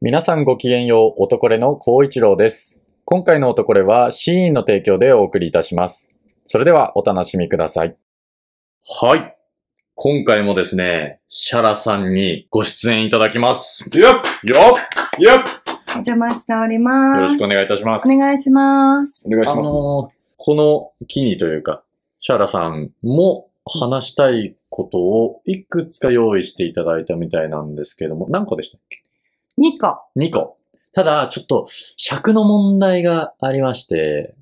皆さんごきげんよう、男れの孝一郎です。今回の男れはシーインの提供でお送りいたします。それではお楽しみください。はい。今回もですね、シャラさんにご出演いただきます。よっよっよっお邪魔しております。よろしくお願いいたします。お願いします。お願いしあのまーす。この機にというか、シャラさんも話したいことをいくつか用意していただいたみたいなんですけども、何個でした2個。 2個。ただ、ちょっと、尺の問題がありまして、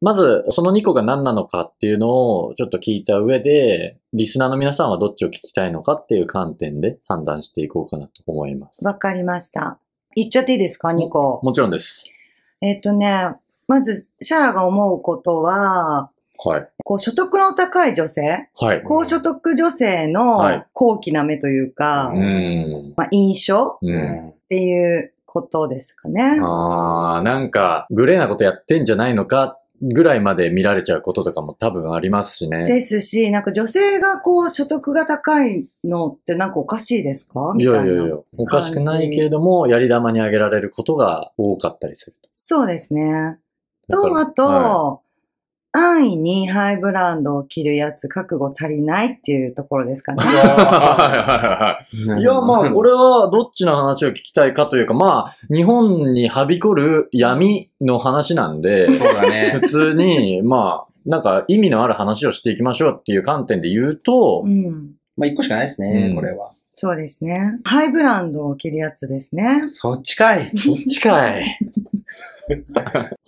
まず、その2個が何なのかっていうのを、ちょっと聞いた上で、リスナーの皆さんはどっちを聞きたいのかっていう観点で判断していこうかなと思います。わかりました。言っちゃっていいですか ?2 個。もちろんです。えっ、とね、まず、シャラが思うことは、はい。こう、所得の高い女性はい。高所得女性はいの高貴な目というか、うーん。まあ、印象う。うんんっていうことですかね。あー、なんか、グレーなことやってんじゃないのか、ぐらいまで見られちゃうこととかも多分ありますしね。ですし、なんか女性がこう、所得が高いのってなんかおかしいですかいみたいな。やいやいや、おかしくないけれども、やり玉にあげられることが多かったりすると。そうですね。だと、からあと、は安易にハイブランドを着るやつ覚悟足りないっていうところですかね。はい いや、まあ、これはどっちの話を聞きたいかというか、まあ、日本にはびこる闇の話なんで い、そうだね。普通に、まあ、なんか意味のある話をしていきましょうっていう観点で言うとう、ん。まあ、一個しかないですうんね、これは。そうですね。ハイブランドを着るやつですね。そっちかい。そっちかい。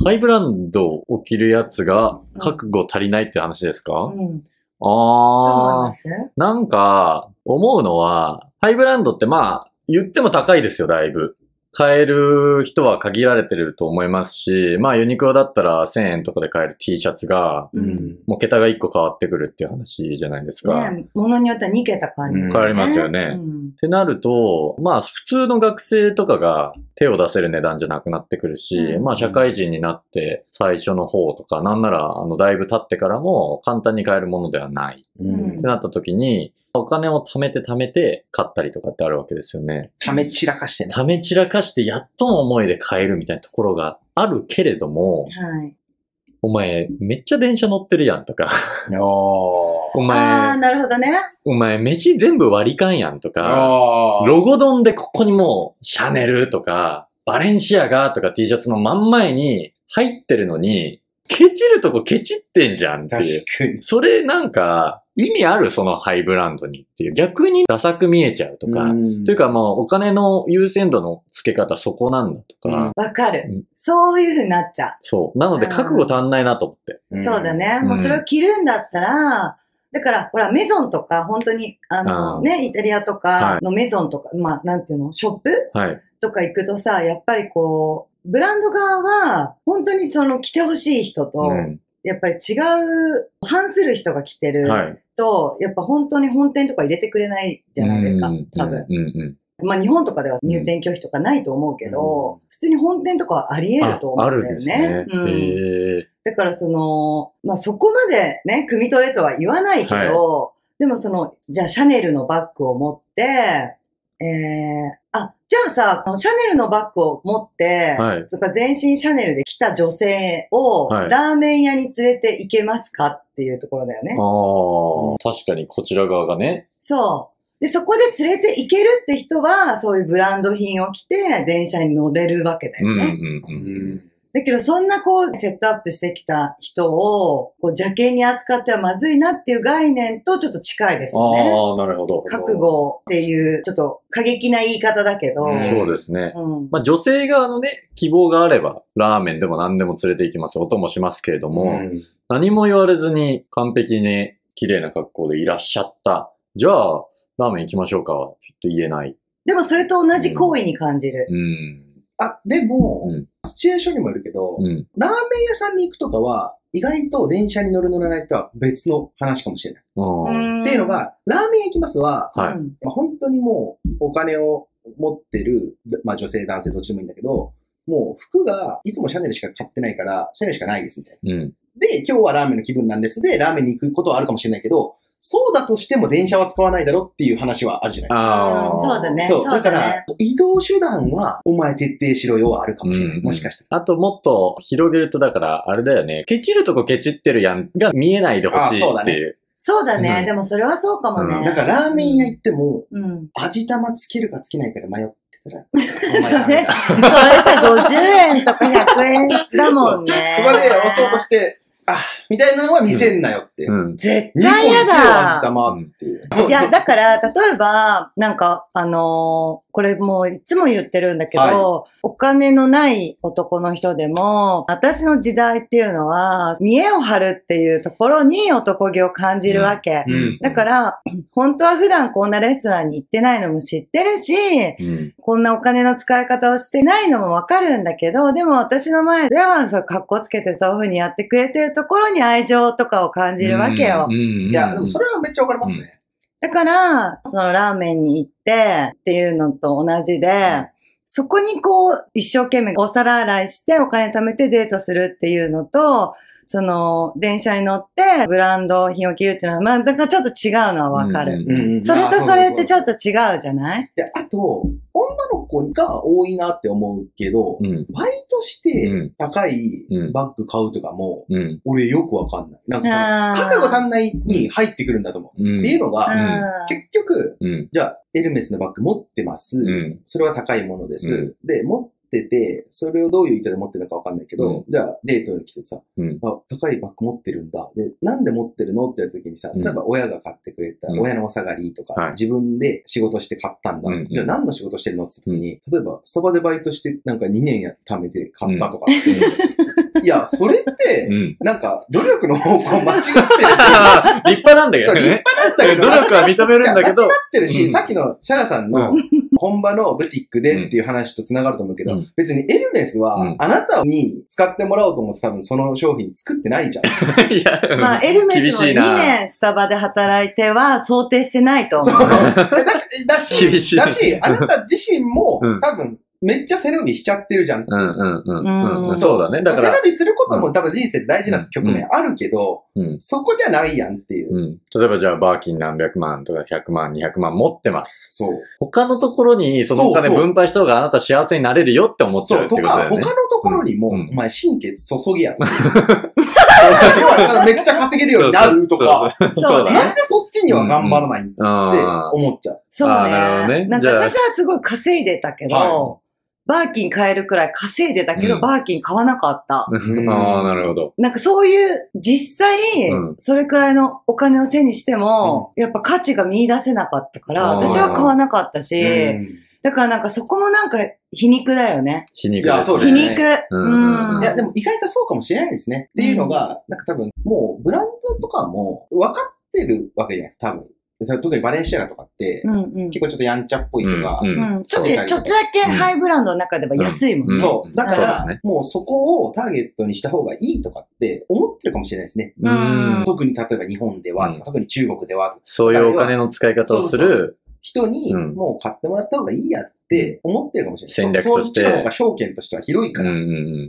ハイブランドを着るやつが覚悟足りないって話ですか、うん。どう思いあまー、すなんか、思うのは、ハイブランドってまあ、言っても高いですよ、だいぶ。買える人は限られてると思いますし、まあユニクロだったら1000円とかで買える T シャツが、うん。もう桁が1個変わってくるっていう話じゃないですか。ねものによっては2桁変わります変わりますよねうんってなると、まあ普通の学生とかが手を出せる値段じゃなくなってくるし、うんまあ社会人になって最初の方とか、なんならあのだいぶ経ってからも簡単に買えるものではないっうんてなった時に、お金を貯めて貯めて買ったりとかってあるわけですよね。ため散らかしてね。貯め散らかしてやっとの思いで買えるみたいなところがあるけれども、はい。お前めっちゃ電車乗ってるやんと か、おおああ、前、なるほどね。お前飯全部割り勘やんとー。か、おロゴドンでここにもう、シャネルとか、バレンシアガとか T シャツの真ん前に入ってるのに、ケチるとこケチってんじゃんって確いう。かに。それなんか、意味あるそのハイブランドにっていう。逆にダサく見えちゃうとか。うんというかもうお金の優先度の付け方そこなんだとか。うんわかる、うんそういうふうになっちゃそう。なので覚悟足んないなと思って。う。そうだ。ね。うんもうそれを着るんだったら、だから、ほら、メゾンとか、本当に、あの、あーね、イタリアとはかのメゾンとか、まあ、なんていうの、ショップはい。とか行くとさ、やっぱりこう、ブランド側は、本当にその着てほしい人と、うん。やっぱり違う、反する人が着てるはい。と、やっぱ本当に本店とか入れてくれないじゃないですかうん、多分。うんうんまあ日本とかでは入店拒否とかないと思うけど、普通に本店とかはありうん。得ると思うんだよね。ああるんですうんね。へえだからその、まあそこまでね、汲み取れとは言わないけど、でもその、じゃあシャネルのバッグを持って、えー、あ、じゃあさ、このシャネルのバッグを持って、はいとか全身シャネルで来た女性を、はいラーメン屋に連れて行けますかっていうところだよね。ああ、確かにこちら側がね。そう。で、そこで連れて行けるって人は、そういうブランド品を着て、電車に乗れるわけだうよんね。うんううん。んだけど、そんなこう、セットアップしてきた人を、こう、邪険に扱ってはまずいなっていう概念とちょっと近いですよね。ああ、なるほど。覚悟っていう、ちょっと過激な言い方だけど。ううんそうですね。ん。まあ女性側のね、希望があれば、ラーメンでも何でも連れて行きます。音もしますけれども、うん何も言われずに完璧に綺麗な格好でいらっしゃった。じゃあ、ラーメン行きましょうかは、ちょっと言えない。でも、それと同じ行為に感じる。うん。あ、でもうん、シチュエーションにもよるけど、うん。ラーメン屋さんに行くとかは、意外と電車に乗る乗らないとは別の話かもしれない。うん。っていうの、が、ラーメン屋行きますは、はいうんまあ、本当にもうお金を持ってる、まあ、女性、男性どっちでもいいんだけど、もう服がいつもシャネルしか買ってないから、シャネルしかないですみたいな。うん。で、今日はラーメンの気分なんですで、ラーメンに行くことはあるかもしれないけど、そうだとしても電車は使わないだろっていう話はあるじゃないああ。そうだね。そう、そうだだからね。、移動手段は、お前徹底しろよはあるかもしれない。うんもしかしたあともっと広げるとだから、あれだよね。ケチるとこケチってるやんが見えないでほしいあそうだってねいう。そうだうんね。でもそれはそうかもうんら。ね。だから、ラーメン屋行っても、うん。味玉つけるかつけないかで迷ってたら、お前ダ メだ。それさ、50円とか100円だもんね。ここで押 そうとして、あ、みたいなのは見せんなよって。うん。絶日本対一やの味だ。玉っていう。いや、だから、例えば、なんか、あのーこれもういつも言ってるんだけど、はお金のない男の人でも、私の時代っていうのは、見栄を張るっていうところに男気を感じるわけ。うんだから、 本当は普段こんなレストランに行ってないのも知ってるし、うん。こんなお金の使い方をしてないのもわかるんだけど、でも私の前では、そう、格好つけてそういう風にやってくれてるところに愛情とかを感じるわけよ。うん。いいや、でもそれはめっちゃわかりますね。だから、そのラーメンに行ってっていうのと同じで、そこにこう、一生懸命お皿洗いしてお金貯めてデートするっていうのと、その、電車に乗ってブランド品を着るっていうのは、まあ、だからちょっと違うのはわかる。うんうんうんそれとそれってちょっと。と違うじゃないで、あと、女の子が多いなって思うけど、うん。バイトしうんて高いバッグ買うとかも、うん。俺よくわかんない。なんかその、あー価格が足んないに入ってくるんだと思う。うん。っていうのうが、ん結局、うん。じゃあ、エルメスのバッグ持ってます。うん。それは高いものです。うんで、持ってて、それをどういう意図で持ってるのかわかんないけど、うんじゃあ、デートに来てさ、うんあ、高いバッグ持ってるんだ。で、なんで持ってるのって言った時にさ、うん例えば親が買ってくれた、うん親のお下がりとか、はい自分で仕事して買ったんだ。うんじゃあ、何の仕事してるのって言った時に、例えば、スタバでバイトして、なんか2年や貯めて買ったとか。 いや、それって、うん。なんか、努力の方向間違ってるし、立派なんだけどそう立ね。派なんだけど、努力は認めるんだけど間違ってるうし、んさっきのシャラさんのう本場のブティックでっていう話と繋がると思うけど、うん別にエルメスうんは、あなたに使ってもらおうと思って多分その商品作ってないじゃん。いや、うんまあ、エルメ厳スもしい2な。年スタバで働いては想定してないとそ思う。う。だだ厳しいし、だし、あなた自身もうん多分めっちゃ背伸びしちゃってるじゃん。うんうんうんうんううん。んそうだね。だか背ら伸、びすることも多分人生で大事な局面あるけど、うん。そこじゃないやんっていう。うん。例えばじゃあ、バーキン何百万とか100万、200万持ってます。そう。他のところにそのお金そうそう分配した方があなた幸せになれるよって思っちゃそうう、ってとことか、だよ他ねの。ところにも、うんお前神経注ぎ やろ。要はそのめっちゃ稼げるようになるとか、そう そうそうそだうねね。なんでそっちには頑張らないんうだってん思っちゃう。そうあーなるほね。などねんかじゃあ私はすごい稼いでたけど、はバーキン買えるくらい稼いでたけど、うんバーキン買わなかった。うんあ あ、なるほど。なんかそういう、実際うん、それくらいのお金を手にしても、やっぱ価値が見出せなかったから、あー私は買わなかったし、うんだからなんかそこもなんか皮肉だよね。皮肉いやですそうね。で皮すね肉。うんいや、でも意外とそうかもしれないですね。っていうのが、なんか多分、もうブランドとかも分かってるわけじゃないですか、多分。それ特にバレンシアガとかって、うんうん結構ちょっとやんちゃっぽい人が、うんうんうんちょっと、ちょっとだけハイブランドの中では安いもんうね。んそう。だかそうでら、すねもうそこをターゲットにした方がいいとかって思ってるかもしれないですね。うん特に例えば日本ではとか、うん特に中国ではとか、そういうお金の使い方をする。人にうんもう買ってもらった方がいいやって思ってるかもしれない。戦略そとしてそっちの方が証券としては広いうかんうら。んう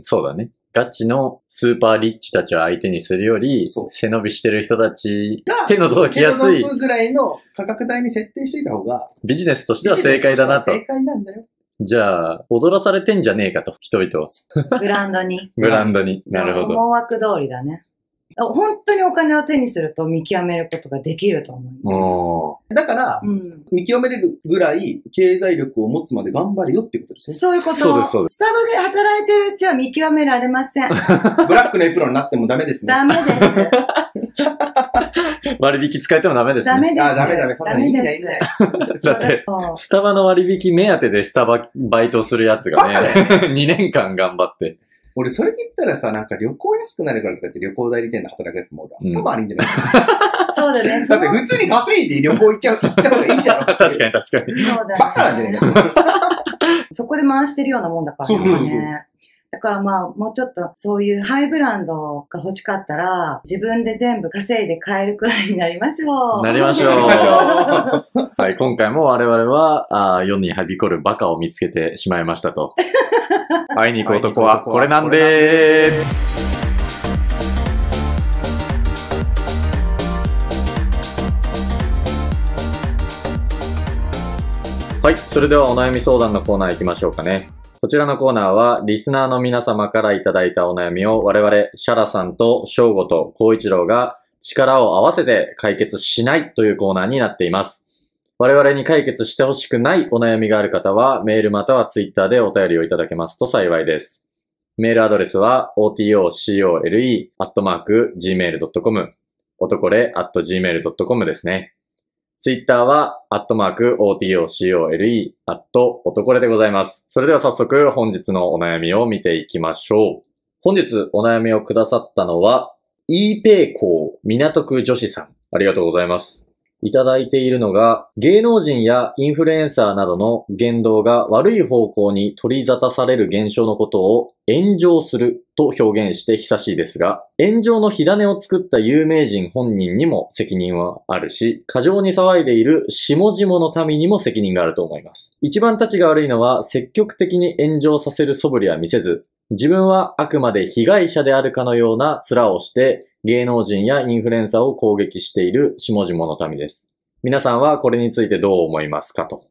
ん。そうだね。ガチのスーパーリッチたちを相手にするより、そう背伸びしてる人たちが、手の届きやすい手の届くぐらいの価格帯に設定しておいた方が、ビジネスとしては正解だなとビジネス。しては正解なんだよ。じゃあ、踊らされてんじゃねえかと、人々は。ブランドに。 ブランドに。なるほど。思惑通りだね。あ本当にお金を手にすると見極めることができると思いまおーだからす。、うん、見極めれるぐらい経済力を持つまで頑張れよってことですね。そういうこそうですそとうを、でスタバで働いてるうちは見極められ ません。ブラックのエプロンになってもダメですね。ダメです。割引使えてもダメですね。ダメです。あダメダメそんなのいいんだいいんだでよす。だって、そうスタバの割引目当てでスタババイトするやつがバカだね、2年 間頑張って。俺、それで言ったらさ、なんか旅行安くなるからとかって旅行代理店で働くやつもうん俺、頭悪いんじゃ ない、そうだね。そだっのて普通に稼いで旅行行きゃ行った方がいいじゃろってい 確う。かに確かに。そうだね。バカなんじゃねえか。そこで回してるようなもんだからね。そうそうそうだからまあ、もうちょっと、そういうハイブランドが欲しかったら、自分で全部稼いで買えるくらいになりましょう。なりましょう ははい、今回も我々は、あー世にはびこるバカを見つけてしまいました と。会いに行く男はこれなんでーはい。それではお悩み相談のコーナー行きましょうかね。こちらのコーナーは、リスナーの皆様からいただいたお悩みを我々、シャラさんと翔吾と光一郎が力を合わせて解決しないというコーナーになっています。我々に解決してほしくないお悩みがある方は、メールまたはツイッターでお便りをいただけますと幸いです。メールアドレスは otocole.gmail.com 男れ .gmail.com ですね。ツイッターは、アットマーク、otocole、アット、男れでございます。それでは早速、本日のお悩みを見ていきましょう。本日お悩みをくださったのは、イーペイコー港区女子さん。ありがとうございます。いただいているのが、芸能人やインフルエンサーなどの言動が悪い方向に取り沙汰される現象のことを炎上すると表現して久しいですが、炎上の火種を作った有名人本人にも責任はあるし、過剰に騒いでいる下々の民にも責任があると思います。一番立ちが悪いのは積極的に炎上させる素振りは見せず、自分はあくまで被害者であるかのような面をして、芸能人やインフルエンサーを攻撃している下々の民です。皆さんはこれについてどう思いますかと。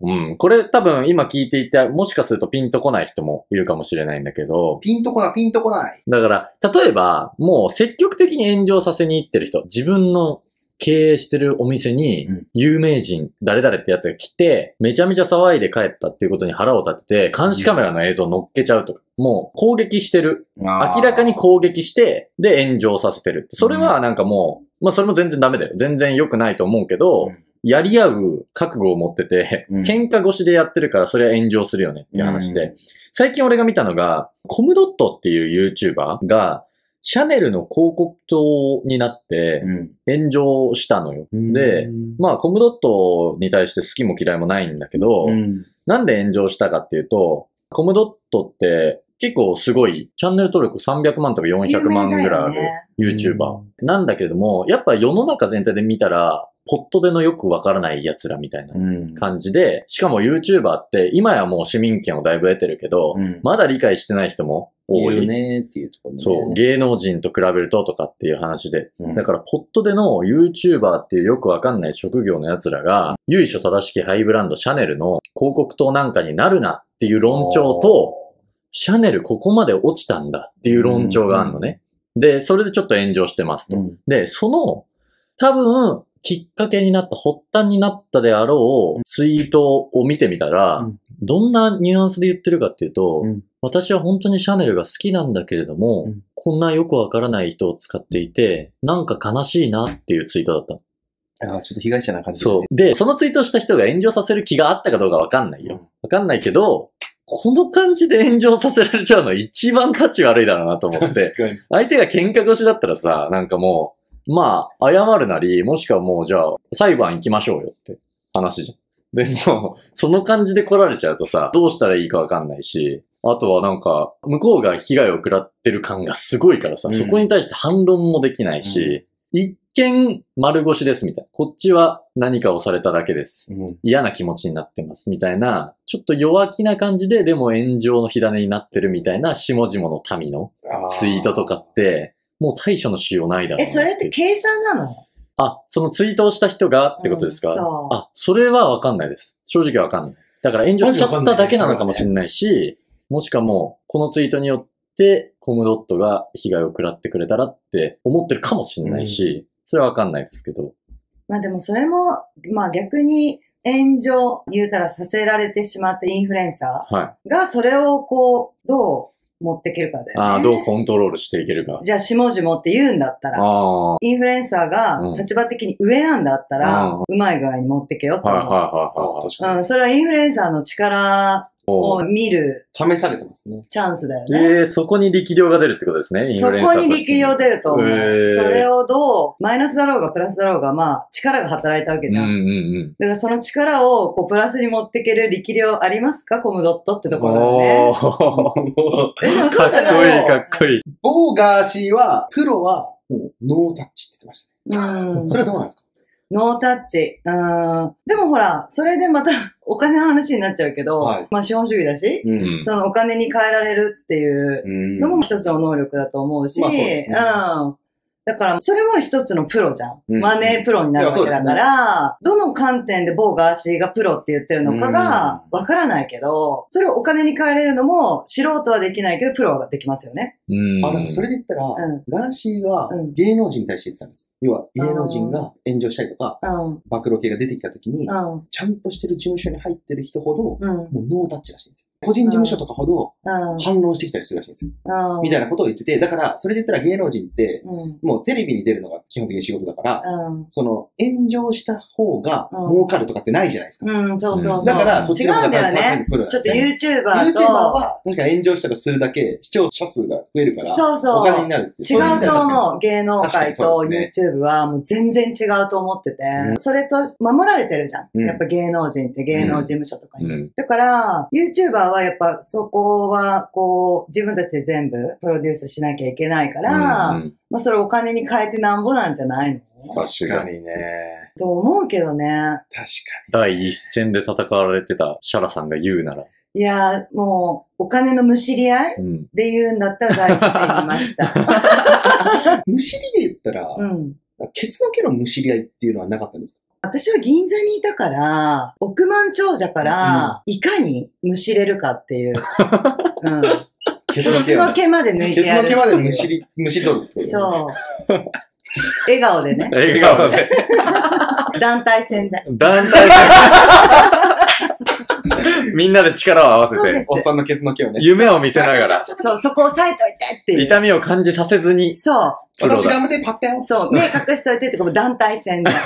うん。これ多分今聞いていて、もしかするとピンとこない人もいるかもしれないんだけど、 ピンとこない、ピンとこない。だから、例えば、もう積極的に炎上させに行ってる人、自分の経営してるお店にうん、有名人、誰々ってやつが来て、めちゃめちゃ騒いで帰ったっていうことに腹を立てて、監視カメラの映像乗っけちゃうとか、もう攻撃してる明明らかに攻撃して、で、炎上させてる。それはなんかもう、まあそれも全然ダメだよ。全然良くないと思うけど、うんやり合う覚悟を持ってて、うん喧嘩越しでやってるからそれは炎上するよねっていう話で、う最近俺が見たのが、コムドットっていう YouTuber が、シャネルの広告塔になって炎上したのよ。うんで、まあコムドットに対して好きも嫌いもないんだけど、うんなんで炎上したかっていうと、コムドットって結構すごい、チャンネル登録300万とか有400名万だぐらいあるよね。 YouTuber。なんだけれども、やっぱ世の中全体で見たら、ポットでのよくわからない奴らみたいなうん感じで、しかも YouTuber って今やもう市民権をだいぶ得てるけど、うんまだ理解してない人もい多るい。ねっていうところねそう、芸能人と比べるととかっていう話で。うんだから、ポットでの YouTuber っていうよくわかんない職業の奴らが、由緒正しきハイブランドシャネルの広告塔なんかになるなっていう論調と、シャネルここまで落ちたんだっていう論調があるのね。で、それでちょっと炎上してますと。うんで、その、多分、きっかけになった、発端になったであろうツイートを見てみたら、うんどんなニュアンスで言ってるかっていうと、うん私は本当にシャネルが好きなんだけれども、うんこんなよくわからない人を使っていて、なんか悲しいなっていうツイートだったの。あーちょっと被害者な感じだそねう。で、そのツイートした人が炎上させる気があったかどうかわかんないよ。わかんないけど、この感じで炎上させられちゃうの一番立ち悪いだろうなと思って 確。かに相手が喧嘩腰だったらさ、なんかもう、まあ、謝るなり、もしくはもう、じゃあ、裁判行きましょうよって話じゃん。でも、その感じで来られちゃうとさ、どうしたらいいかわかんないし、あとはなんか、向こうが被害を食らってる感がすごいからさ、うんそこに対して反論もできないし、一見丸腰ですみたいな。こっちは何かをされただけです。うん嫌な気持ちになってますみたいな、ちょっと弱気な感じで、でも炎上の火種になってるみたいな、下々の民のあツイートとかって、もう対処のしようないだろうなえ、それっていう計算なのあ、そのツイートをした人がってことですか、うんそうあ、それはわかんないです。正直わかんない。だから炎上しちゃっただけなのかもしれないし、もしかもう、このツイートによって、コムドットが被害を食らってくれたらって思ってるかもしれないし、それはわかんないですけど。まあでもそれも、まあ逆に炎上、言うたらさせられてしまったインフルエンサはい。ーがそれをこう、どう持っていけるかだよね。ああ、どうコントロールしていけるか。じゃあ、下々って言うんだったら、ああー、インフルエンサーうんが立場的に上なんだったら、ううまい具合に持ってけよってはい思はいう。はいあはいーはい確。かうん、それはインフルエンサーの力おをー見るに試されてますねチャンスだよね。ええそこに力量が出るってことですね、インそフルエンサこーとしてに力量出ると思う。へーそれをどう、マイナスだろうがプラスだろうが、まあ、力が働いたわけじゃん。うんうんうん。だからその力をこうプラスに持っていける力量ありますかコムドットってところだよおね。ーえでかもそっうじゃないこいい、かっこいい。ボーガーシーはプロはもうノータッチって言ってましたうんねそれはどうなんですかノータッチ。うん。でもほら、それでまたお金の話になっちゃうけど、はいまあ資本主義だし、ううんそのお金に変えられるっていううんのも一つの能力だと思うし、まあそうですねうん。だから、それも一つのプロじゃん。うんマネープロになるわけだから、どの観点で某ガーシーがプロって言ってるのかがうんわからないけど、それをお金に変えれるのも素人はできないけど、プロはできますよね。うん。あ、だからそれで言ったら、んガーシーがうん芸能人に対して言ってたんです。要は、芸能人が炎上したりとか、うん。うん。暴露系が出てきた時に、ちゃんとしてる事務所に入ってる人ほど、もうん。うノータッチらしいんですよ。個人事務所とかほどうん。反論してきたりするらしいんですよ。うん。みたいなことを言ってて、だから、それで言ったら芸能人って、うん。もうテレビに出るのが基本的に仕事だから、うん。その、炎上した方がうん儲かるとかってないじゃないですか。うん、そうそうそう。だから、そっちの違う方んだがよね。プロなんちょでっすとよ YouTuber YouTuber と、は、確かに炎上したらするだけ視聴者数が増えるから、そうそう。お金になるって。違うと思う。芸能確か界にそとうで YouTube はもう全然違うと思ってて、うそれと守られてるじゃん。うんやっぱ芸能人って芸能事務所とかに。うん。だから、YouTuber はやっぱそこは、こう、自分たちで全部プロデュースしなきゃいけないから、うんまあそれお金に変えてなんぼなんじゃないの確かに。にね。と思うけどね。確か第一線で戦われてたシャラさんが言うなら。いやー、もう、お金のむしり合いうん。で言うんだったら第一線いました。 に。むしりで言ったら、うん。ケツの毛のむしり合いっていうのはなかったんです私は銀座にいたから、億万長者から、いかにむしれるかっていう。 うん。かケケツの毛まで抜いケてツやのる。毛までむしり、むし取るってことう。そう。笑顔でね。笑顔で。団体戦で。団体でみんなで力を合わせそうでて、すおっさんのケツの毛をね。夢を見せながら、そう、そこ押さえといてっていう。痛みを感じさせずに、そプロ私だ。ガムテープ貼ったよう。。そう。目隠しといてって、この団体戦で。そ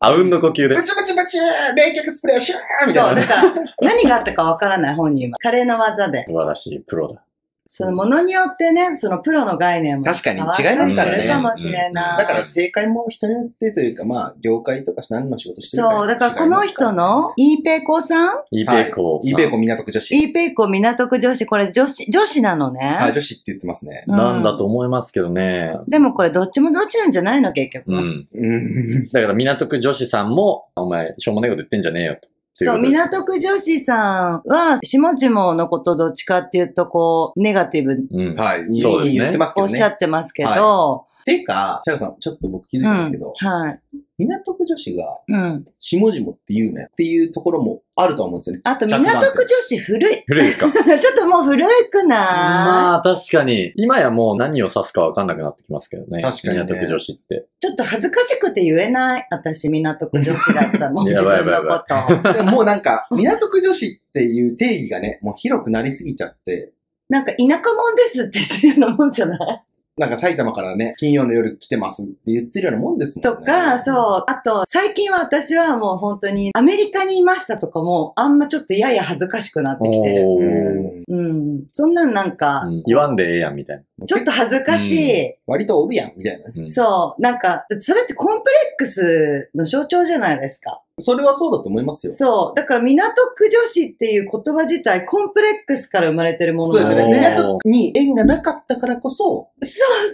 あうんの呼吸でブ。チブチブチ冷却スプレーシューう。みそたう。いなだね。から、何があったかわからない本人は。華麗な技で。素晴らしい、プロだ。そのものによってね、そのプロの概念も確かに変わったり違いますからねるかもしれない。だから正解も人によってというか、まあ、業界とか何の仕事してるかそう、だからこの人の、イーペコさんイベコイさん。ベコ港区女子。イーペコ港区女子、これ女子、女子なのね。はい、女子って言ってますね。なんだと思いますけどね。でもこれどっちもどっちなんじゃないの結局。うん。うん。だから港区女子さんも、お前、しょうもないこと言ってんじゃねえよと。そう、といこと港区女子さんは、下々のことどっちかっていうと、こう、ネガティブにで。うん。はい、いいそうですね言ってますけおどっしゃね。ってますけど、ていうか、シャラさん、ちょっと僕気づいうんたんですけど、はい。港区女子が、うん。下々って言うねっていうところもあるとは思うんです よね。あと、着眼点港区女子古い。 古いですかちょっともう古くない、まあ、確かに。今やもう何を指すかわかんなくなってきますけどね。確かにね港区女子って。ちょっと恥ずかしくて言えない。私、港区女子だったもん、 や自ばいや分ばいやのばいこと。でももうなんか、港区女子っていう定義がね、もう広くなりすぎちゃって、なんか、田舎もんですって言ってるようなもん じゃないなんか埼玉からね、金曜の夜来てますって言ってるようなもんですもんとね。か、そう。あと、最近は私はもう本当に、アメリカにいましたとかも、あんまちょっとやや恥ずかしくなってきてる。おうー。ん。うん。そんなんなんか、うん言わんでええやん、みたいな。ちょっと恥ずかしい。割とおるやん、みたいなね。うんそう。なんか、それってコンプレックスの象徴じゃないですか。それはそうだと思いますよ。そう。だから、港区女子っていう言葉自体、コンプレックスから生まれてるものそうなですのおね。ー港区に縁がなかったからこそ、そう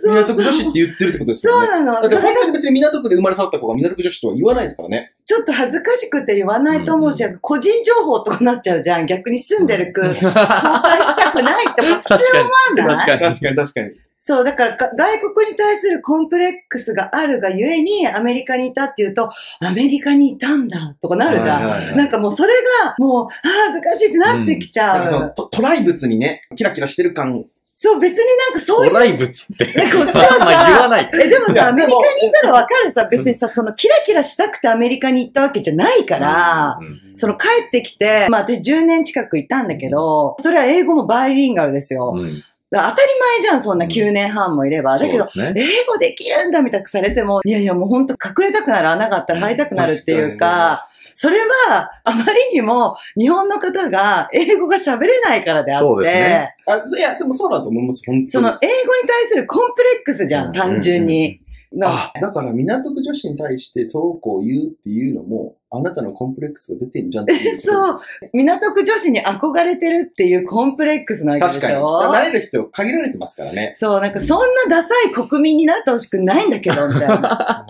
そう。港区女子って言ってるってことですそようね。なの。だってそれ本当に別に港区で生まれ育った子が港区女子とは言わないですからね。ちょっと恥ずかしくて言わないと思うし、個人情報とかなっちゃうじゃん。逆に住んでる区、公開したくないと か普通思わ確ないかに。かに確かに。そう、だからが外国に対するコンプレックスがあるがゆえに、アメリカにいたっていうと、アメリカにいたんだとかなるじゃん。はいはいはいなんかもうそれが、もう、あー恥ずかしいってなってきちなんゃかう。その、トトライブツにね、キラキラしてる感。そう、別になんかそうい古う。来物って。えこっちはさまあ言わない。え、でもいさ、やアメリカでもにいたらわかるさ、別にさ、そのキラキラしたくてアメリカに行ったわけじゃないから、うんその帰ってきて、まあ私10年近くいたんだけど、それは英語もバイリンガルですよ。うんだから当たり前じゃん、そんな9年半もいれば。だけど、そうですね英語できるんだみたくされても、いやいやもうほんと隠れたくなる穴があったら入りたくなるっていうか、それはあまりにも日本の方が英語が喋れないからであって、そそ,、うですねあ、いや、でもそうだと思います、本当に。の英語に対するコンプレックスじゃん、うん単純に。のあ、だから港区女子に対してそうこう言うっていうのも、あなたのコンプレックスが出てんじゃんっていうことですそう、港区女子に憧れてるっていうコンプレックスなわけで確かしに。ょ慣れる人限られてますからね。そう、なんかそんなダサい国民になってほしくないんだけど、 みたいな。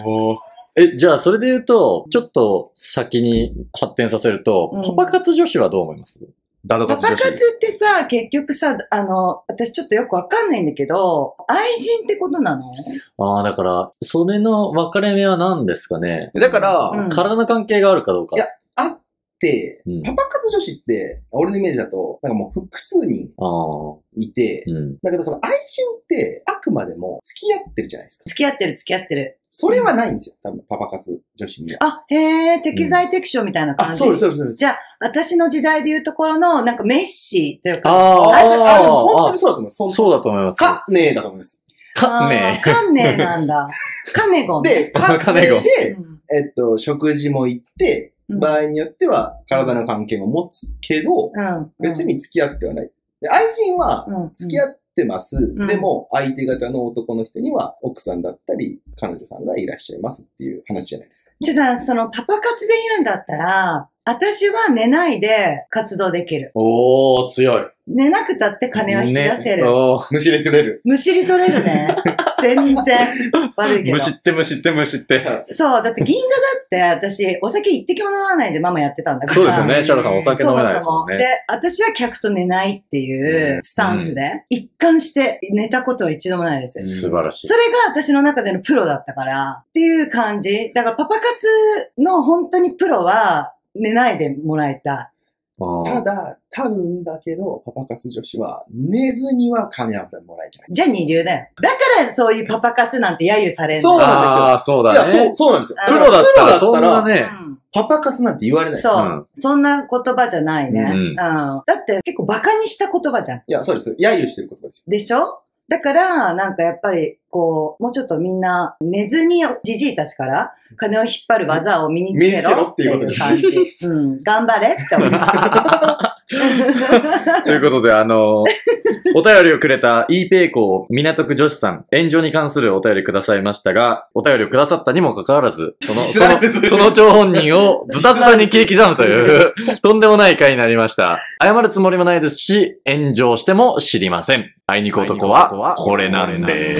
え、じゃあ、それで言うと、ちょっと先に発展させるとうん、パパ活女子はどう思いますダドパカパツ女活っ子。てさ、結局さ、あの、私ちょっとよくわかんないんだけど、愛人ってことなのああ、だから、それの分かれ目は何ですかね。だから、うん体の関係があるかどうか。いやあってうん、パパ活女子って、俺のイメージだと、なんかもう複数人ああ、いて、うん。だからだから愛人ってあくまでも付き合ってるじゃないですか。付き合ってる付き合ってる。それはないんですよ、多分、パパ活女子には。あ、へえ、適材適所みたいな感あ、じ。そうです、そうです、そうです。じゃあ、私の時代でいうところの、なんかメッシというあか、あ、あ、あでも本あ当にそうだと思います。そあ、うそうだと思います。か、ねえだと思います。かねあーカンネなん だ。カネゴン。で、わかかんねないえけどで、うん、えっと、食事も行って、うん場合によっては体の関係も持つけど、うん。別に付き合ってはない。で愛人はうん、うん。付き合ってます。うんでも、相手方の男の人には奥さんだったり、彼女さんがいらっしゃいますっていう話じゃないですか。じゃあ、そのパパ活で言うんだったら、私は寝ないで活動できる。おー、強い。寝なくたって金は引き出せる。ねおーむしれ取れる。むしり取れる ね。全然悪いけどむ。しってむしってむしって。そう、だって銀座だって私、お酒一滴も飲まないでママやってたんだから。そうですよね。シャロさんお酒飲めないですそももんそも。ねで。、私は客と寝ないっていうスタンスで、一貫して寝たことは一度もないです。素晴らしいそ。れが私の中でのプロだったから、っていう感じ。だからパパ活の本当にプロは寝ないでもらいたうんただ、多分だけど、パパ活女子は、寝ずには金はもらえじゃないい。じゃあ二流だよ。だからそういうパパ活なんて揶揄されるんだそうなんですよああ、そういや、だそねう、。そうなんですよ。プロだったら、プそロんだったらなね。うんパパ活なんて言われないです。そう、うんそんな言葉じゃないね。うんうんだって結構バカにした言葉じゃん。いや、そうです。揶揄してる言葉ですでしょだから、なんかやっぱり、こう、もうちょっとみんな、寝ずにじじいたちから、金を引っ張る技を身につけろっていう感じ。うん、頑張れって思う。 ということで、あ の、お便りをくれた E ペイコー港区女子さん、炎上に関するお便りくださいましたが、お便りをくださったにもかかわらず、その、 よ。その知らないですその張本人をズタズタに切り刻むという、 とんでもない回になりました。謝るつもりもないですし、炎上しても知りません。あいにく男は、これなんで。